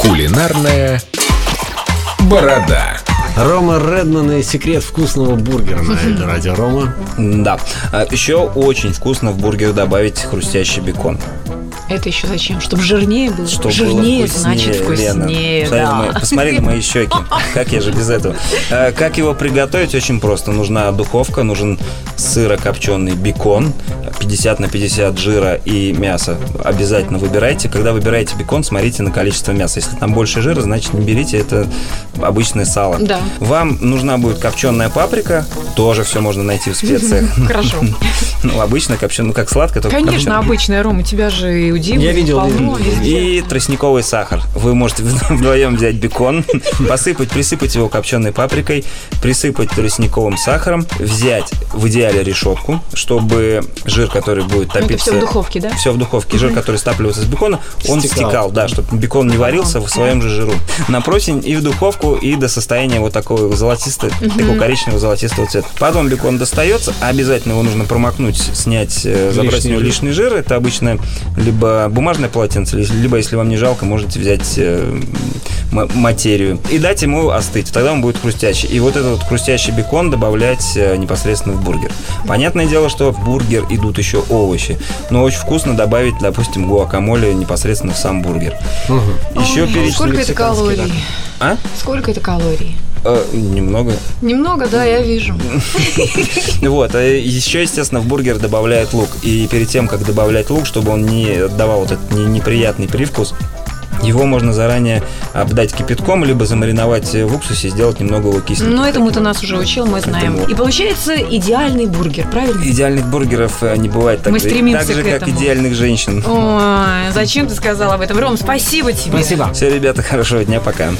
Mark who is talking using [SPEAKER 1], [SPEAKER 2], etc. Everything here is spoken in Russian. [SPEAKER 1] Кулинарная борода.
[SPEAKER 2] Рома Редман и секрет вкусного бургера на Эльдорадио. Рома,
[SPEAKER 3] Да. А Еще очень вкусно в бургер добавить хрустящий бекон.
[SPEAKER 4] Это еще зачем? Чтобы жирнее было.
[SPEAKER 3] Что
[SPEAKER 4] жирнее,
[SPEAKER 3] было вкуснее,
[SPEAKER 4] значит
[SPEAKER 3] Лена.
[SPEAKER 4] вкуснее.
[SPEAKER 3] Смотри на
[SPEAKER 4] да.
[SPEAKER 3] мои- посмотри на мои щеки. Как я же без этого? Э, Как его приготовить? Очень просто. Нужна духовка, нужен сырокопченый бекон, 50 на 50 жира и мясо. Обязательно выбирайте. Когда выбираете бекон, смотрите на количество мяса. Если там больше жира, значит не берите. Это обычное сало.
[SPEAKER 4] Да.
[SPEAKER 3] Вам нужна будет копченая паприка. Тоже все можно найти в специях.
[SPEAKER 4] Хорошо.
[SPEAKER 3] Ну, обычно копченая, ну как сладко, только
[SPEAKER 4] Конечно,
[SPEAKER 3] копчёная.
[SPEAKER 4] обычная, Рома, тебя же и удивит.
[SPEAKER 2] Я видел, видел.
[SPEAKER 4] полно везде.
[SPEAKER 3] И тростниковый сахар. Вы можете вдвоем взять бекон, посыпать, присыпать его копченой паприкой, присыпать тростниковым сахаром, взять в идеале решетку, чтобы жир, который будет
[SPEAKER 4] Ну,
[SPEAKER 3] топиться...
[SPEAKER 4] Это все в духовке, да?
[SPEAKER 3] Все в духовке. Жир, который стапливается с бекона, он
[SPEAKER 2] Стекал.
[SPEAKER 3] стекал, да, чтобы бекон не варился в своем же жиру. На противень и в духовку, и до состояния вот такого золотистого, такого коричневого золотистого цвета. Потом бекон достается, обязательно его нужно промокнуть, снять, э, забрать с
[SPEAKER 2] Лишний
[SPEAKER 3] него
[SPEAKER 2] жир.
[SPEAKER 3] лишний жир. Это обычно либо бумажное полотенце, ли- либо, если вам не жалко, можете взять э, м- материю и дать ему остыть. Тогда он будет хрустящий. И вот этот вот хрустящий бекон добавлять э, непосредственно в бургер. Понятное дело, что в бургер идут еще овощи. Но очень вкусно добавить, допустим, гуакамоле непосредственно в сам бургер. Еще
[SPEAKER 4] Ой,
[SPEAKER 3] перечень
[SPEAKER 4] Сколько это
[SPEAKER 3] мексиканский,
[SPEAKER 4] калорий?
[SPEAKER 3] да. А?
[SPEAKER 4] Сколько это калорий?
[SPEAKER 3] Э, немного.
[SPEAKER 4] Немного, да, я вижу.
[SPEAKER 3] Вот, еще, естественно, в бургер добавляют лук. И перед тем, как добавлять лук, чтобы он не отдавал вот этот не- неприятный привкус, его можно заранее обдать кипятком, либо замариновать в уксусе и сделать немного его кисленьким.
[SPEAKER 4] Но этому ты нас уже учил, мы знаем.
[SPEAKER 3] Этому.
[SPEAKER 4] И получается идеальный бургер, правильно?
[SPEAKER 3] Идеальных бургеров э, не бывает так
[SPEAKER 4] Мы
[SPEAKER 3] же,
[SPEAKER 4] стремимся
[SPEAKER 3] так же,
[SPEAKER 4] к
[SPEAKER 3] как
[SPEAKER 4] этому.
[SPEAKER 3] идеальных женщин.
[SPEAKER 4] Ой, зачем ты сказал об этом? Ром, спасибо тебе.
[SPEAKER 2] спасибо.
[SPEAKER 3] Все, ребята, хорошего дня, пока.